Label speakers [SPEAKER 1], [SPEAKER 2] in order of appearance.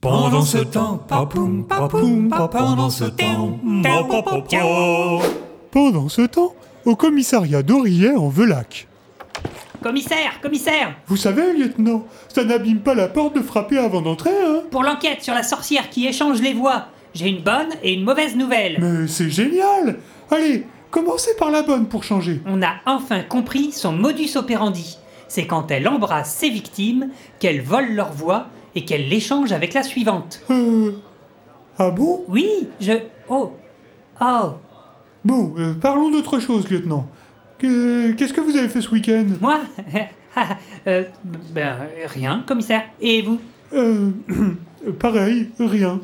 [SPEAKER 1] Pendant ce temps, papoum, papoum, pa- pendant ce temps, mm, pa- pa- pa- pa-
[SPEAKER 2] Pendant ce temps, au commissariat d'Aurier en Velac.
[SPEAKER 3] Commissaire, commissaire
[SPEAKER 2] Vous savez, lieutenant, ça n'abîme pas la porte de frapper avant d'entrer, hein
[SPEAKER 3] Pour l'enquête sur la sorcière qui échange les voix, j'ai une bonne et une mauvaise nouvelle.
[SPEAKER 2] Mais c'est génial Allez, commencez par la bonne pour changer.
[SPEAKER 3] On a enfin compris son modus operandi. C'est quand elle embrasse ses victimes, qu'elle vole leur voix et qu'elle l'échange avec la suivante.
[SPEAKER 2] Euh... Ah bon
[SPEAKER 3] Oui, je... Oh Oh
[SPEAKER 2] Bon, euh, parlons d'autre chose, lieutenant. Que- Qu'est-ce que vous avez fait ce week-end
[SPEAKER 3] Moi Euh, Ben, rien, commissaire. Et vous
[SPEAKER 2] Euh... Pareil, rien.